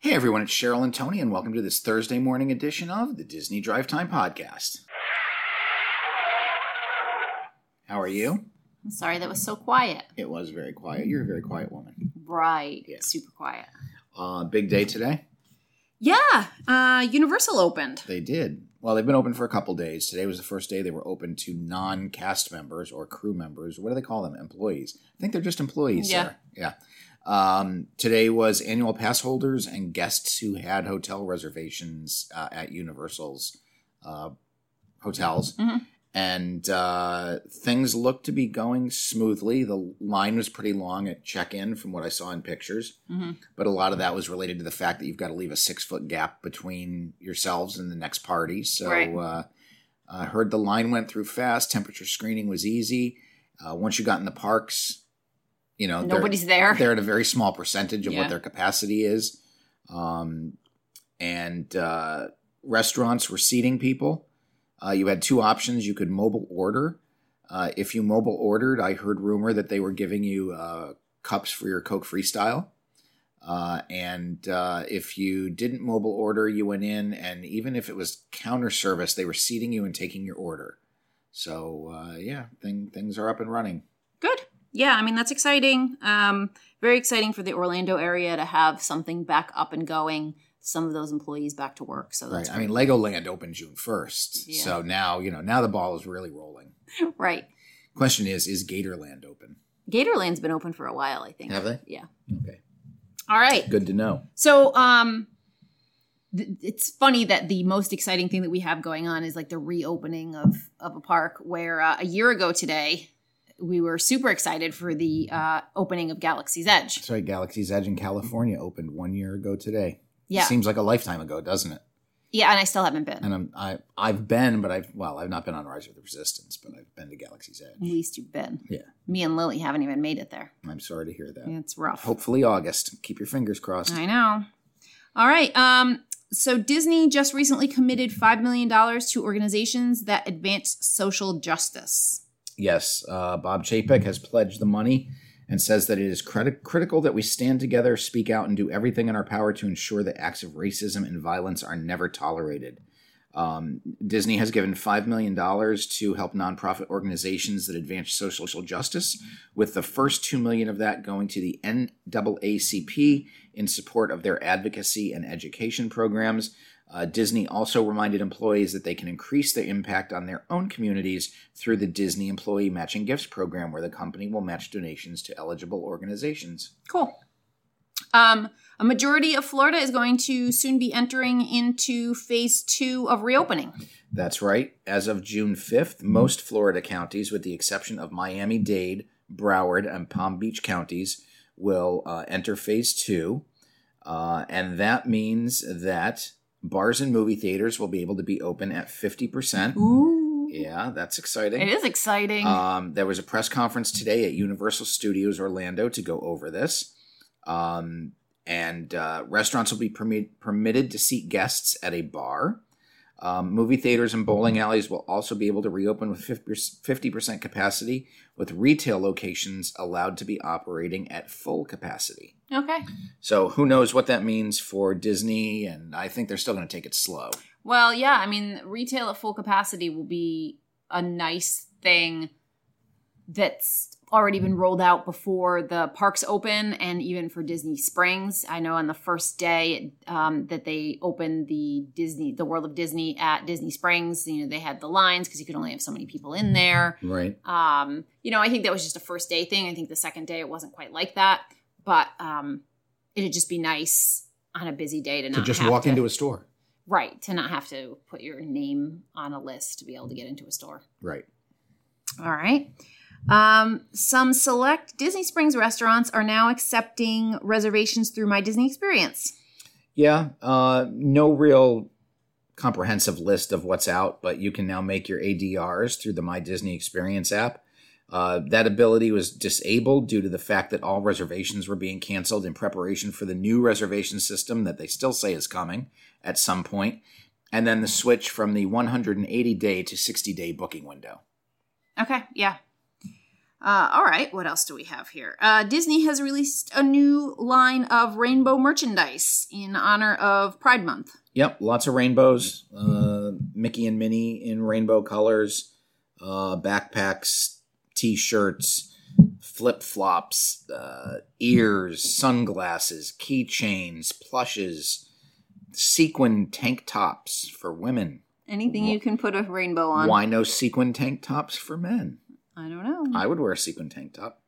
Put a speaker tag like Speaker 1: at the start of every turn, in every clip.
Speaker 1: Hey everyone, it's Cheryl and Tony, and welcome to this Thursday morning edition of the Disney Drive Time Podcast. How are you?
Speaker 2: I'm sorry that was so quiet.
Speaker 1: It was very quiet. You're a very quiet woman.
Speaker 2: Right.
Speaker 1: Yeah.
Speaker 2: Super quiet.
Speaker 1: Uh, big day today.
Speaker 2: Yeah. Uh Universal opened.
Speaker 1: They did. Well, they've been open for a couple days. Today was the first day they were open to non cast members or crew members. What do they call them? Employees. I think they're just employees.
Speaker 2: Yeah.
Speaker 1: Sarah. Yeah. Um, today was annual pass holders and guests who had hotel reservations uh, at Universal's uh, hotels.
Speaker 2: Mhm.
Speaker 1: And uh, things looked to be going smoothly. The line was pretty long at check in, from what I saw in pictures
Speaker 2: hmm
Speaker 1: but a lot of that was related to the fact that you've got to leave a six foot gap between yourselves and the next party. So
Speaker 2: Right.
Speaker 1: uh, I heard the line went through fast. Temperature screening was easy. Uh, once you got in the parks, you know they're-
Speaker 2: Nobody's there.
Speaker 1: They're at a very small percentage of what
Speaker 2: Yeah.
Speaker 1: their capacity is, um, and uh, restaurants were seating people. Uh, you had two options. You could mobile order. Uh, if you mobile ordered, I heard rumor that they were giving you uh, cups for your Coke Freestyle. Uh, and uh, if you didn't mobile order, you went in, and even if it was counter service, they were seating you and taking your order. So uh, yeah, thing, things are up and running.
Speaker 2: Good. Yeah, I mean that's exciting. Um very exciting for the Orlando area to have something back up and going, some of those employees back to work. So
Speaker 1: Right.
Speaker 2: that's
Speaker 1: I mean, Legoland opened June first,
Speaker 2: Yeah.
Speaker 1: so now you know now the ball is really rolling.
Speaker 2: great. right.
Speaker 1: Question is, is Gatorland open?
Speaker 2: Gatorland's been open for a while, I think.
Speaker 1: Have they?
Speaker 2: Yeah.
Speaker 1: Okay,
Speaker 2: All right.
Speaker 1: good to know.
Speaker 2: So, um, th- it's funny that the most exciting thing that we have going on is like the reopening of of a park. Where uh, a year ago today, we were super excited for the uh, opening of Galaxy's Edge.
Speaker 1: Sorry, Galaxy's Edge in California opened one year ago today.
Speaker 2: Yeah,
Speaker 1: seems like a lifetime ago, doesn't it?
Speaker 2: yeah, and I still haven't been.
Speaker 1: And I'm I I've been, but I've well, I've not been on Rise of the Resistance, but I've been to Galaxy's
Speaker 2: At
Speaker 1: Edge.
Speaker 2: least you've been.
Speaker 1: Yeah.
Speaker 2: Me and Lily haven't even made it there.
Speaker 1: I'm sorry to hear that.
Speaker 2: It's rough.
Speaker 1: Hopefully August. Keep your fingers crossed.
Speaker 2: I know. All right. Um, so Disney just recently committed five million dollars to organizations that advance social justice.
Speaker 1: Yes, uh, Bob Chapek has pledged the money and says that it is criti- critical that we stand together, speak out, and do everything in our power to ensure that acts of racism and violence are never tolerated. Um, Disney has given $5 million to help nonprofit organizations that advance social, social justice, with the first $2 million of that going to the NAACP in support of their advocacy and education programs. Uh, Disney also reminded employees that they can increase their impact on their own communities through the Disney Employee Matching Gifts Program, where the company will match donations to eligible organizations.
Speaker 2: Cool. Um, a majority of Florida is going to soon be entering into phase two of reopening.
Speaker 1: That's right. As of June 5th, most Florida counties, with the exception of Miami Dade, Broward, and Palm Beach counties, will uh, enter phase two. Uh, and that means that bars and movie theaters will be able to be open at 50%.
Speaker 2: Ooh.
Speaker 1: Yeah, that's exciting.
Speaker 2: It is exciting.
Speaker 1: Um, there was a press conference today at Universal Studios Orlando to go over this. Um, and uh, restaurants will be permit- permitted to seat guests at a bar. Um, movie theaters and bowling alleys will also be able to reopen with 50% capacity, with retail locations allowed to be operating at full capacity.
Speaker 2: okay.
Speaker 1: So, who knows what that means for Disney? And I think they're still going to take it slow.
Speaker 2: Well, yeah, I mean, retail at full capacity will be a nice thing that's already been rolled out before the parks open and even for Disney Springs. I know on the first day um, that they opened the Disney, the World of Disney at Disney Springs, you know, they had the lines because you could only have so many people in there.
Speaker 1: Right.
Speaker 2: Um, you know, I think that was just a first day thing. I think the second day it wasn't quite like that, but um, it'd just be nice on a busy day to not
Speaker 1: To just
Speaker 2: have
Speaker 1: walk
Speaker 2: to,
Speaker 1: into a store.
Speaker 2: right to not have to put your name on a list to be able to get into a store.
Speaker 1: Right.
Speaker 2: All right. Um, some select Disney Springs restaurants are now accepting reservations through My Disney Experience.
Speaker 1: Yeah, uh, no real comprehensive list of what's out, but you can now make your ADRs through the My Disney Experience app. Uh, that ability was disabled due to the fact that all reservations were being canceled in preparation for the new reservation system that they still say is coming at some point, and then the switch from the 180 day to 60 day booking window.
Speaker 2: Okay, yeah. Uh, all right, what else do we have here? Uh, Disney has released a new line of rainbow merchandise in honor of Pride Month.
Speaker 1: Yep, lots of rainbows. Uh, Mickey and Minnie in rainbow colors, uh, backpacks, t-shirts, flip flops, uh, ears, sunglasses, keychains, plushes, sequin tank tops for women.
Speaker 2: Anything you can put a rainbow on.
Speaker 1: Why no sequin tank tops for men?
Speaker 2: I don't know.
Speaker 1: I would wear a sequin tank top.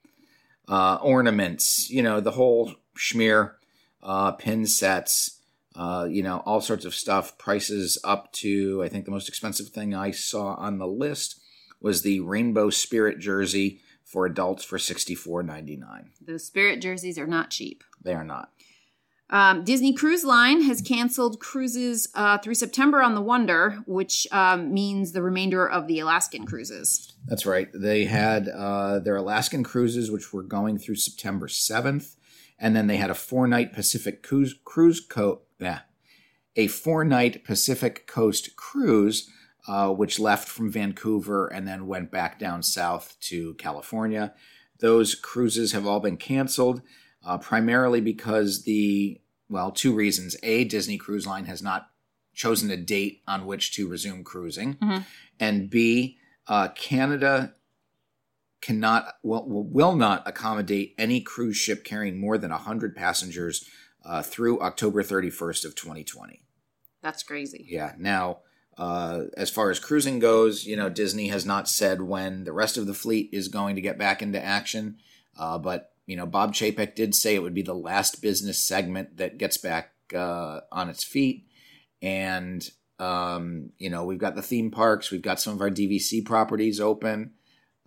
Speaker 1: Uh, ornaments, you know, the whole schmear, uh, pin sets, uh, you know, all sorts of stuff. Prices up to, I think the most expensive thing I saw on the list was the Rainbow Spirit jersey for adults for sixty four ninety nine.
Speaker 2: Those spirit jerseys are not cheap.
Speaker 1: They are not.
Speaker 2: Um, Disney Cruise Line has canceled cruises uh, through September on the Wonder, which um, means the remainder of the Alaskan cruises.
Speaker 1: That's right. They had uh, their Alaskan cruises, which were going through September 7th, and then they had a four night Pacific cruise cruise co- yeah, a four night Pacific Coast cruise, uh, which left from Vancouver and then went back down south to California. Those cruises have all been canceled, uh, primarily because the well, two reasons: a Disney Cruise Line has not chosen a date on which to resume cruising,
Speaker 2: Mhm.
Speaker 1: and b uh, Canada cannot will, will not accommodate any cruise ship carrying more than 100 passengers uh, through October 31st of 2020.
Speaker 2: That's crazy.
Speaker 1: Yeah. Now, uh, as far as cruising goes, you know, Disney has not said when the rest of the fleet is going to get back into action. Uh, but, you know, Bob Chapek did say it would be the last business segment that gets back uh, on its feet. And, um, you know, we've got the theme parks, we've got some of our DVC properties open.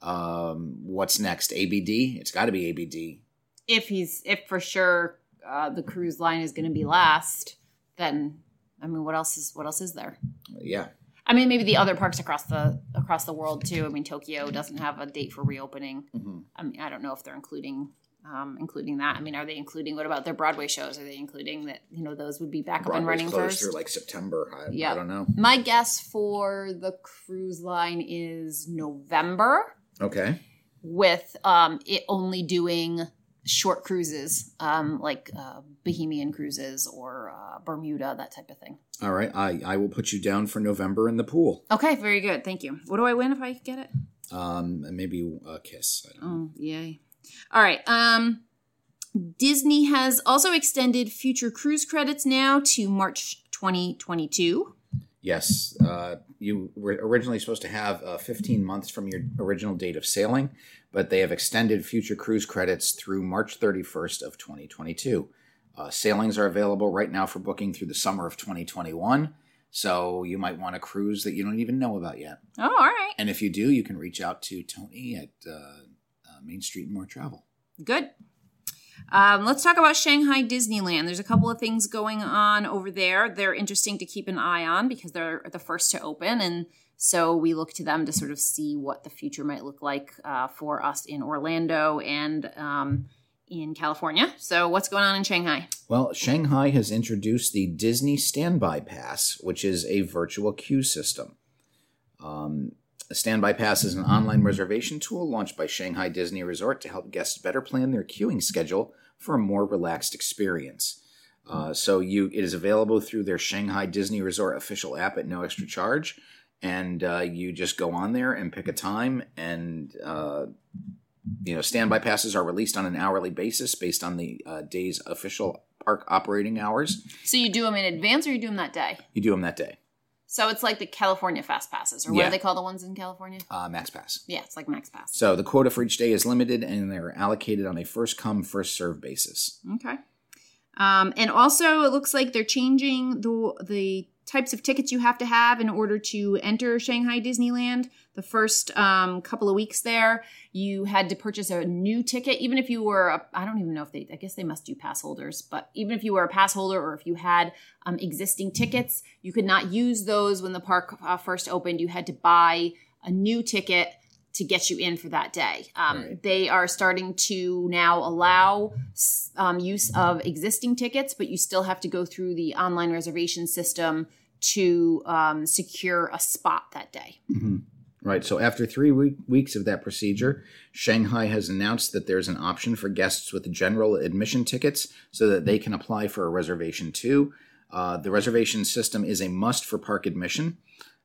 Speaker 1: Um, what's next? ABD? It's got to be ABD.
Speaker 2: If he's, if for sure uh, the cruise line is going to be last, then I mean, what else is what else is there?
Speaker 1: Yeah.
Speaker 2: I mean, maybe the other parks across the across the world too. I mean, Tokyo doesn't have a date for reopening.
Speaker 1: Mm-hmm.
Speaker 2: I mean, I don't know if they're including um, including that. I mean, are they including what about their Broadway shows? Are they including that? You know, those would be back up and running
Speaker 1: closed
Speaker 2: first.
Speaker 1: through like September. I,
Speaker 2: Yeah.
Speaker 1: I don't know.
Speaker 2: My guess for the cruise line is November,
Speaker 1: Okay.
Speaker 2: with um, it only doing short cruises, um, like uh, Bohemian cruises or uh, Bermuda, that type of thing.
Speaker 1: All right, I, I will put you down for November in the pool.
Speaker 2: Okay, very good. Thank you. What do I win if I get it?
Speaker 1: Um, and maybe a kiss. I don't know.
Speaker 2: Oh, yay. All right. Um Disney has also extended future cruise credits now to March 2022.
Speaker 1: Yes, uh, you were originally supposed to have uh, 15 months from your original date of sailing, but they have extended future cruise credits through March 31st of 2022. Uh, sailings are available right now for booking through the summer of 2021, so you might want a cruise that you don't even know about yet.
Speaker 2: Oh, all right.
Speaker 1: And if you do, you can reach out to Tony at uh, uh, Main Street and More Travel.
Speaker 2: Good. Um, let's talk about Shanghai Disneyland. There's a couple of things going on over there. They're interesting to keep an eye on because they're the first to open. And so we look to them to sort of see what the future might look like uh, for us in Orlando and um, in California. So, what's going on in Shanghai?
Speaker 1: Well, Shanghai has introduced the Disney Standby Pass, which is a virtual queue system. Um, a Standby Pass is an online reservation tool launched by Shanghai Disney Resort to help guests better plan their queuing schedule for a more relaxed experience. Uh, so you, it is available through their Shanghai Disney Resort official app at no extra charge, and uh, you just go on there and pick a time. And uh, you know, standby passes are released on an hourly basis based on the uh, day's official park operating hours.
Speaker 2: So you do them in advance, or you do them that day.
Speaker 1: You do them that day.
Speaker 2: So it's like the California fast passes, or what
Speaker 1: Yeah.
Speaker 2: do they call the ones in California?
Speaker 1: Uh, max pass.
Speaker 2: Yeah, it's like Max Pass.
Speaker 1: So the quota for each day is limited and they're allocated on a first come, first serve basis.
Speaker 2: Okay. Um, and also, it looks like they're changing the the types of tickets you have to have in order to enter Shanghai Disneyland. The first um, couple of weeks there, you had to purchase a new ticket, even if you were a, I don't even know if they I guess they must do pass holders, but even if you were a pass holder or if you had um, existing tickets, you could not use those when the park uh, first opened. You had to buy a new ticket to get you in for that day. Um,
Speaker 1: Right.
Speaker 2: They are starting to now allow s- um, use of existing tickets, but you still have to go through the online reservation system to um, secure a spot that day.
Speaker 1: Right. So after three week, weeks of that procedure, Shanghai has announced that there's an option for guests with general admission tickets so that they can apply for a reservation too. Uh, the reservation system is a must for park admission.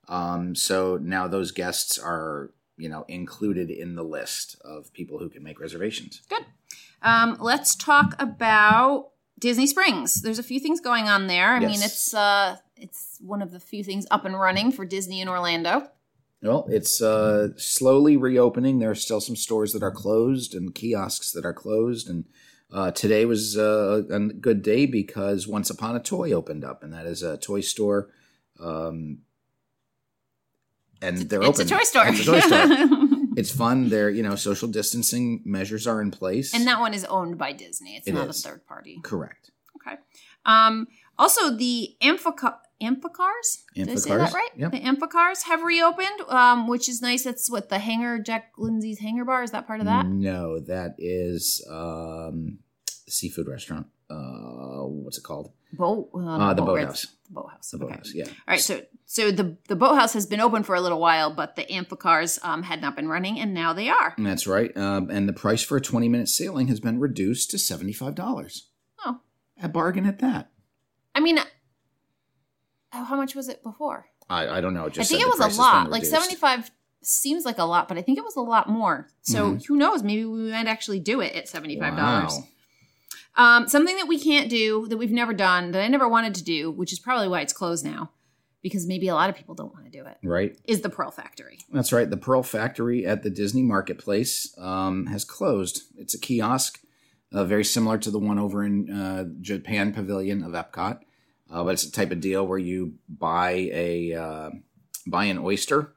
Speaker 1: Um, so now those guests are, you know, included in the list of people who can make reservations.
Speaker 2: Good. Um, let's talk about Disney Springs. There's a few things going on there. I mean,
Speaker 1: Yes.
Speaker 2: it's uh, it's one of the few things up and running for Disney in Orlando.
Speaker 1: Well, it's uh, slowly reopening. There are still some stores that are closed and kiosks that are closed. And uh, today was uh, a good day because Once Upon a Toy opened up, and that is a toy store. Um, and they're
Speaker 2: it's
Speaker 1: open.
Speaker 2: a toy store.
Speaker 1: It's a toy store. it's fun. They're you know social distancing measures are in place.
Speaker 2: and that one is owned by Disney. It's
Speaker 1: It
Speaker 2: not
Speaker 1: is.
Speaker 2: a third party.
Speaker 1: correct.
Speaker 2: Okay. Um, also, the Amphica- Amphicars? Did I say that
Speaker 1: Amphicars?
Speaker 2: right?
Speaker 1: Yep.
Speaker 2: The Amphicars have reopened, um, which is nice. That's what the hangar, Jack Lindsay's hangar bar. Is that part of that?
Speaker 1: Mm. No, that is um, seafood restaurant. Uh, what's it called?
Speaker 2: Boat. Uh,
Speaker 1: Uh, the
Speaker 2: boat rides-
Speaker 1: boathouse.
Speaker 2: The boathouse.
Speaker 1: The
Speaker 2: okay.
Speaker 1: boathouse. Yeah.
Speaker 2: All right. So, so the the boathouse has been open for a little while, but the Amphicars um, had not been running, and now they are.
Speaker 1: That's right. Um, and the price for a 20 minute sailing has been reduced to $75.
Speaker 2: Oh.
Speaker 1: A bargain at that.
Speaker 2: I mean, oh, how much was it before?
Speaker 1: I, I don't know. it
Speaker 2: I
Speaker 1: Just
Speaker 2: think
Speaker 1: said
Speaker 2: it
Speaker 1: the price
Speaker 2: was
Speaker 1: has
Speaker 2: a lot.
Speaker 1: been
Speaker 2: Like
Speaker 1: reduced.
Speaker 2: seventy five seems like a lot, but I think it was a lot more. So who knows? Maybe we might actually do it at seventy five dollars.
Speaker 1: Mm-hmm. Wow.
Speaker 2: Um, something that we can't do, that we've never done, that I never wanted to do, which is probably why it's closed now, because maybe a lot of people don't want to do it,
Speaker 1: Right.
Speaker 2: is the Pearl Factory.
Speaker 1: That's right. The Pearl Factory at the Disney Marketplace um, has closed. It's a kiosk, uh, very similar to the one over in uh, Japan Pavilion of Epcot, uh, but it's a type of deal where you buy a uh, buy an oyster,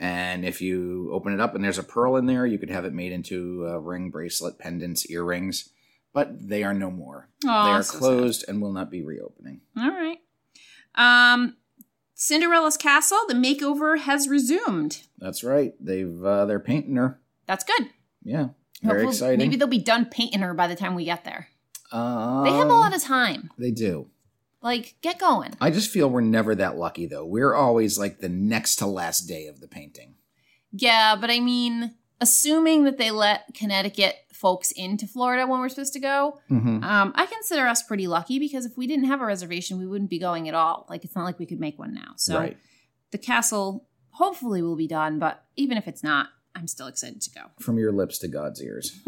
Speaker 1: and if you open it up and there's a pearl in there, you could have it made into a ring, bracelet, pendants, earrings. But they are no more.
Speaker 2: Oh,
Speaker 1: they are closed and will not be reopening.
Speaker 2: All right. Um, Cinderella's Castle, the makeover has resumed.
Speaker 1: That's right. They've uh, they're painting her.
Speaker 2: That's good.
Speaker 1: Yeah, very
Speaker 2: Hopefully-
Speaker 1: exciting.
Speaker 2: Maybe they'll be done painting her by the time we get there.
Speaker 1: uh,
Speaker 2: They have a lot of time.
Speaker 1: They do.
Speaker 2: Like, get going.
Speaker 1: I just feel we're never that lucky though. We're always like the next to last day of the painting.
Speaker 2: Yeah, but I mean, assuming that they let Connecticut folks into Florida when we're supposed to go,
Speaker 1: Mm-hmm.
Speaker 2: Um, I consider us pretty lucky because if we didn't have a reservation, we wouldn't be going at all. Like it's not like we could make one now. So
Speaker 1: right.
Speaker 2: the castle hopefully will be done, but even if it's not, I'm still excited to go.
Speaker 1: From your lips to God's ears.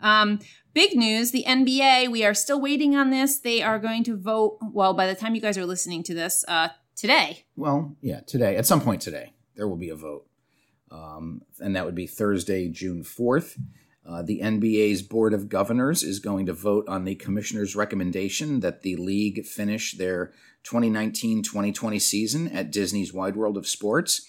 Speaker 2: Um, big news: the NBA. We are still waiting on this. They are going to vote. Well, by the time you guys are listening to this uh, today,
Speaker 1: Well, yeah, today, at some point today, there will be a vote. Um, and that would be Thursday, June 4th. Uh, the NBA's Board of Governors is going to vote on the commissioner's recommendation that the league finish their 2019 2020 season at Disney's Wide World of Sports.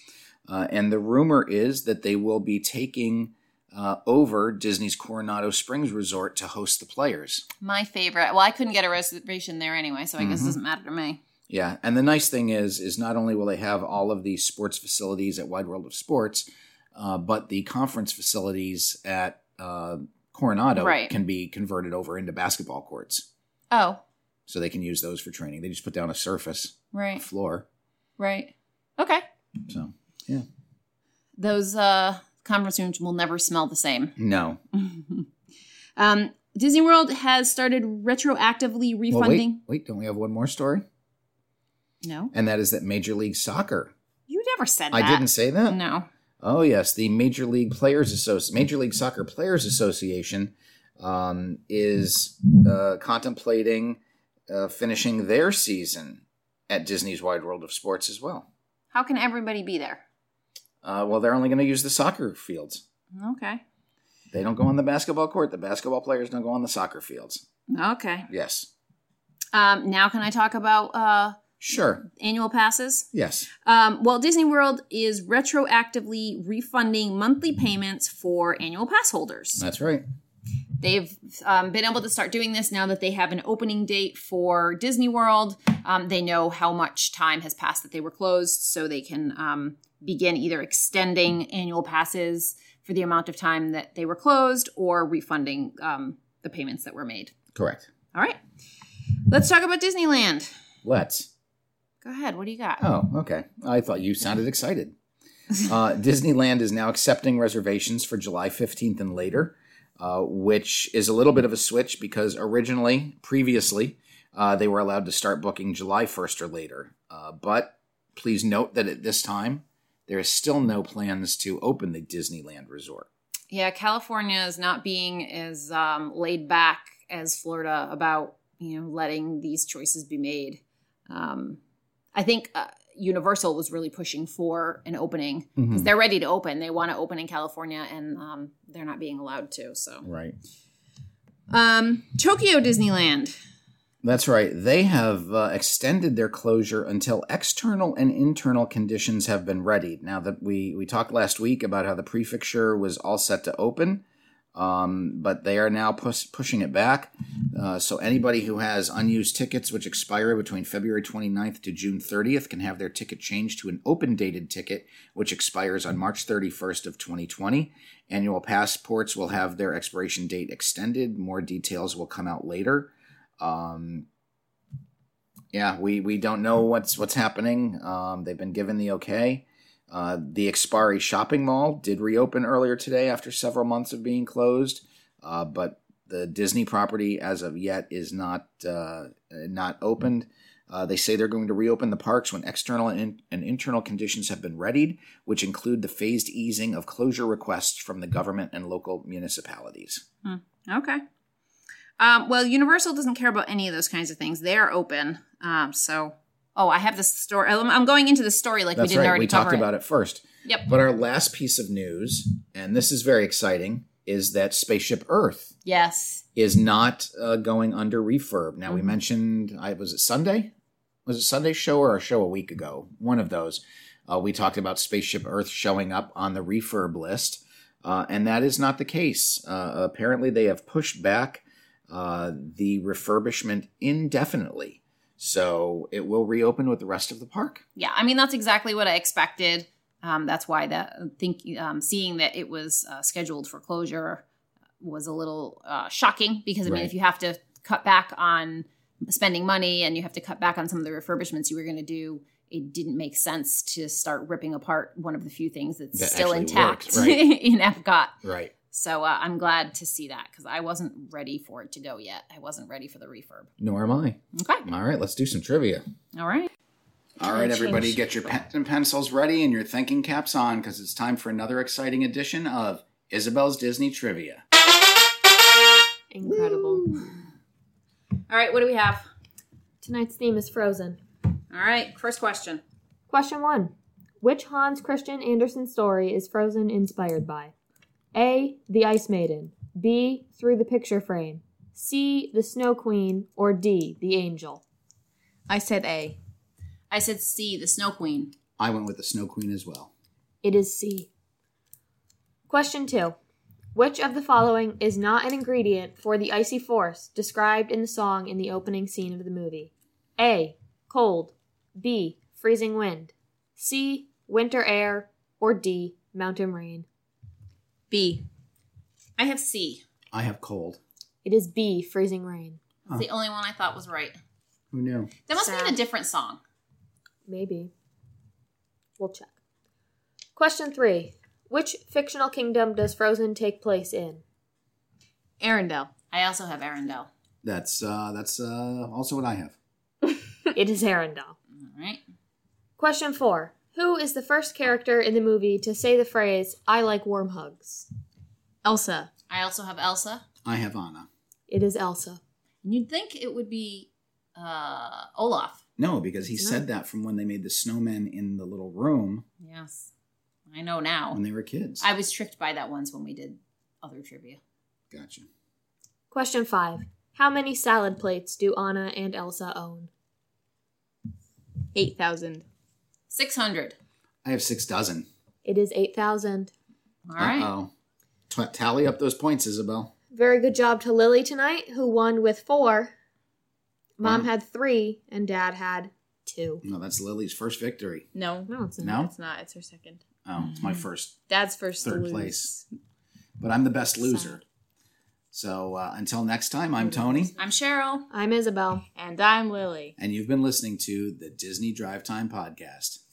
Speaker 1: Uh, and the rumor is that they will be taking uh, over Disney's Coronado Springs Resort to host the players.
Speaker 2: my favorite. Well, I couldn't get a reservation there anyway, so I guess it
Speaker 1: Mhm.
Speaker 2: doesn't matter to me.
Speaker 1: Yeah, and the nice thing is, is not only will they have all of these sports facilities at Wide World of Sports, uh, but the conference facilities at uh, Coronado
Speaker 2: Right.
Speaker 1: can be converted over into basketball courts,
Speaker 2: Oh,
Speaker 1: so they can use those for training. They just put down a surface
Speaker 2: right,
Speaker 1: floor,
Speaker 2: right. Okay,
Speaker 1: so
Speaker 2: those uh, conference rooms will never smell the same.
Speaker 1: no.
Speaker 2: um, Disney World has started retroactively
Speaker 1: Well, wait,
Speaker 2: refunding.
Speaker 1: wait, don't we have one more story?
Speaker 2: no,
Speaker 1: And that is that Major League Soccer.
Speaker 2: you never said that.
Speaker 1: I didn't say that.
Speaker 2: No.
Speaker 1: Oh yes, the Major League Players Associ- Major League Soccer Players Association um, is uh, contemplating uh, finishing their season at Disney's Wide World of Sports as well.
Speaker 2: How can everybody be there?
Speaker 1: Uh, well, they're only going to use the soccer fields.
Speaker 2: Okay.
Speaker 1: They don't go on the basketball court. The basketball players don't go on the soccer fields.
Speaker 2: Okay.
Speaker 1: Yes,
Speaker 2: Um, now, can I talk about uh,
Speaker 1: sure.
Speaker 2: annual passes?
Speaker 1: Yes,
Speaker 2: Um, well, Disney World is retroactively refunding monthly payments for annual pass holders.
Speaker 1: that's right.
Speaker 2: They've um, been able to start doing this now that they have an opening date for Disney World. Um, they know how much time has passed that they were closed, so they can um, begin either extending annual passes for the amount of time that they were closed or refunding um, the payments that were made.
Speaker 1: Correct.
Speaker 2: All right, let's talk about Disneyland.
Speaker 1: Let's.
Speaker 2: Go ahead. What do you got?
Speaker 1: Oh, okay. I thought you sounded excited. Uh, Disneyland is now accepting reservations for July 15th and later, uh, which is a little bit of a switch because originally, previously, uh, they were allowed to start booking July 1st or later. Uh, but please note that at this time, there is still no plans to open the Disneyland resort.
Speaker 2: Yeah, California is not being as um, laid back as Florida about you know letting these choices be made. Um, I think uh, Universal was really pushing for an opening because they're ready to open. They want to open in California, and um, they're not being allowed to. So,
Speaker 1: Right.
Speaker 2: um, Tokyo Disneyland.
Speaker 1: That's right. They have uh, extended their closure until external and internal conditions have been ready. Now that we we talked last week about how the prefecture was all set to open, um, but they are now pus- pushing it back. Uh, so anybody who has unused tickets which expire between February 29th to June 30th can have their ticket changed to an open dated ticket which expires on March 31st of 2020. Annual passports will have their expiration date extended. More details will come out later. Um, yeah, we, we don't know what's what's happening. Um, they've been given the okay. Uh, the Expari shopping mall did reopen earlier today after several months of being closed, uh, but the Disney property as of yet is not uh, not opened. Uh, they say they're going to reopen the parks when external and, in- and internal conditions have been readied, which include the phased easing of closure requests from the government and local municipalities.
Speaker 2: Okay. Um, well, Universal doesn't care about any of those kinds of things. They are open. Um, so, oh, I have this story. I'm I'm going into the story like we
Speaker 1: That's
Speaker 2: didn't
Speaker 1: right.
Speaker 2: already
Speaker 1: We talked
Speaker 2: cover
Speaker 1: about
Speaker 2: it.
Speaker 1: it first.
Speaker 2: Yep.
Speaker 1: But our last piece of news, and this is very exciting, is that Spaceship Earth
Speaker 2: Yes.
Speaker 1: is not uh, going under refurb. Now we
Speaker 2: Mhm.
Speaker 1: mentioned, I was it Sunday? Was it Sunday's show or a show a week ago? One of those. Uh, we talked about Spaceship Earth showing up on the refurb list, uh, and that is not the case. Uh, apparently, they have pushed back uh, the refurbishment indefinitely, so it will reopen with the rest of the park.
Speaker 2: Yeah. I mean, that's exactly what I expected. Um, that's why that think um, seeing that it was uh, scheduled for closure uh, was a little uh, shocking because I mean,
Speaker 1: Right.
Speaker 2: if you have to cut back on spending money and you have to cut back on some of the refurbishments you were going to do. It didn't make sense to start ripping apart one of the few things that's
Speaker 1: That
Speaker 2: still
Speaker 1: actually
Speaker 2: intact
Speaker 1: worked, right.
Speaker 2: in Epcot.
Speaker 1: Right.
Speaker 2: So uh, I'm glad to see that because I wasn't ready for it to go yet. I wasn't ready for the refurb.
Speaker 1: Nor am I.
Speaker 2: Okay.
Speaker 1: All right, let's do some trivia.
Speaker 2: All right.
Speaker 1: All right, everybody, get your pens and pencils ready and your thinking caps on because it's time for another exciting edition of Isabel's Disney Trivia.
Speaker 3: Incredible.
Speaker 2: All right. What do we have?
Speaker 3: Tonight's theme is Frozen.
Speaker 2: All right. First question.
Speaker 3: Question one Which Hans Christian Andersen story is Frozen inspired by? A. The Ice Maiden. B. Through the Picture Frame. C. The Snow Queen. Or D. The Angel.
Speaker 4: I said A.
Speaker 2: I said C, the Snow Queen.
Speaker 1: I went with the Snow Queen as well.
Speaker 3: It is C. Question two Which of the following is not an ingredient for the icy force described in the song in the opening scene of the movie? A. Cold. B. Freezing wind. C. Winter air. Or D. Mountain rain.
Speaker 4: B.
Speaker 2: I have C.
Speaker 1: I have cold.
Speaker 3: It is B. Freezing rain.
Speaker 1: Oh.
Speaker 2: It's the only one I thought was right.
Speaker 1: Who knew?
Speaker 2: That must have been a
Speaker 3: Sad.
Speaker 2: different song.
Speaker 3: Maybe. We'll check. Question three Which fictional kingdom does Frozen take place in?
Speaker 4: Arendelle.
Speaker 2: I also have Arendelle. All
Speaker 1: That's uh, that's uh, also what I have.
Speaker 3: it is Arendelle.
Speaker 2: right.
Speaker 3: Question four. Who is the first character in the movie to say the phrase, I like warm hugs?
Speaker 4: Elsa.
Speaker 2: I also have Elsa.
Speaker 1: I have Anna.
Speaker 3: It is Elsa.
Speaker 2: And you'd think it would be uh, Olaf.
Speaker 1: No, because he said that from when they made the snowmen in the little room
Speaker 2: Yes. I know
Speaker 1: when
Speaker 2: now.
Speaker 1: they were kids.
Speaker 2: I was tricked by that once when we did other trivia.
Speaker 1: Gotcha.
Speaker 3: Question five. How many salad plates do Anna and Elsa own?
Speaker 4: 8,000.
Speaker 2: 600.
Speaker 1: I have six dozen.
Speaker 3: It is 8,000.
Speaker 2: All right.
Speaker 1: Uh-oh. T- tally up those points, Isabel.
Speaker 3: Very good job to Lily tonight, who won with four. Mom
Speaker 1: Mm.
Speaker 3: had three, and Dad had two.
Speaker 1: No, that's Lily's first victory.
Speaker 4: No.
Speaker 3: No, it's not.
Speaker 1: No?
Speaker 4: It's not. It's her second.
Speaker 1: Oh, it's my first
Speaker 4: Dad's first to
Speaker 1: Third
Speaker 4: lose.
Speaker 1: place. but I'm the best loser. So uh, until next time, I'm Tony,
Speaker 2: I'm Cheryl.
Speaker 3: I'm Isabel.
Speaker 4: And I'm Lily.
Speaker 1: and you've been listening to the Disney Drive Time Podcast.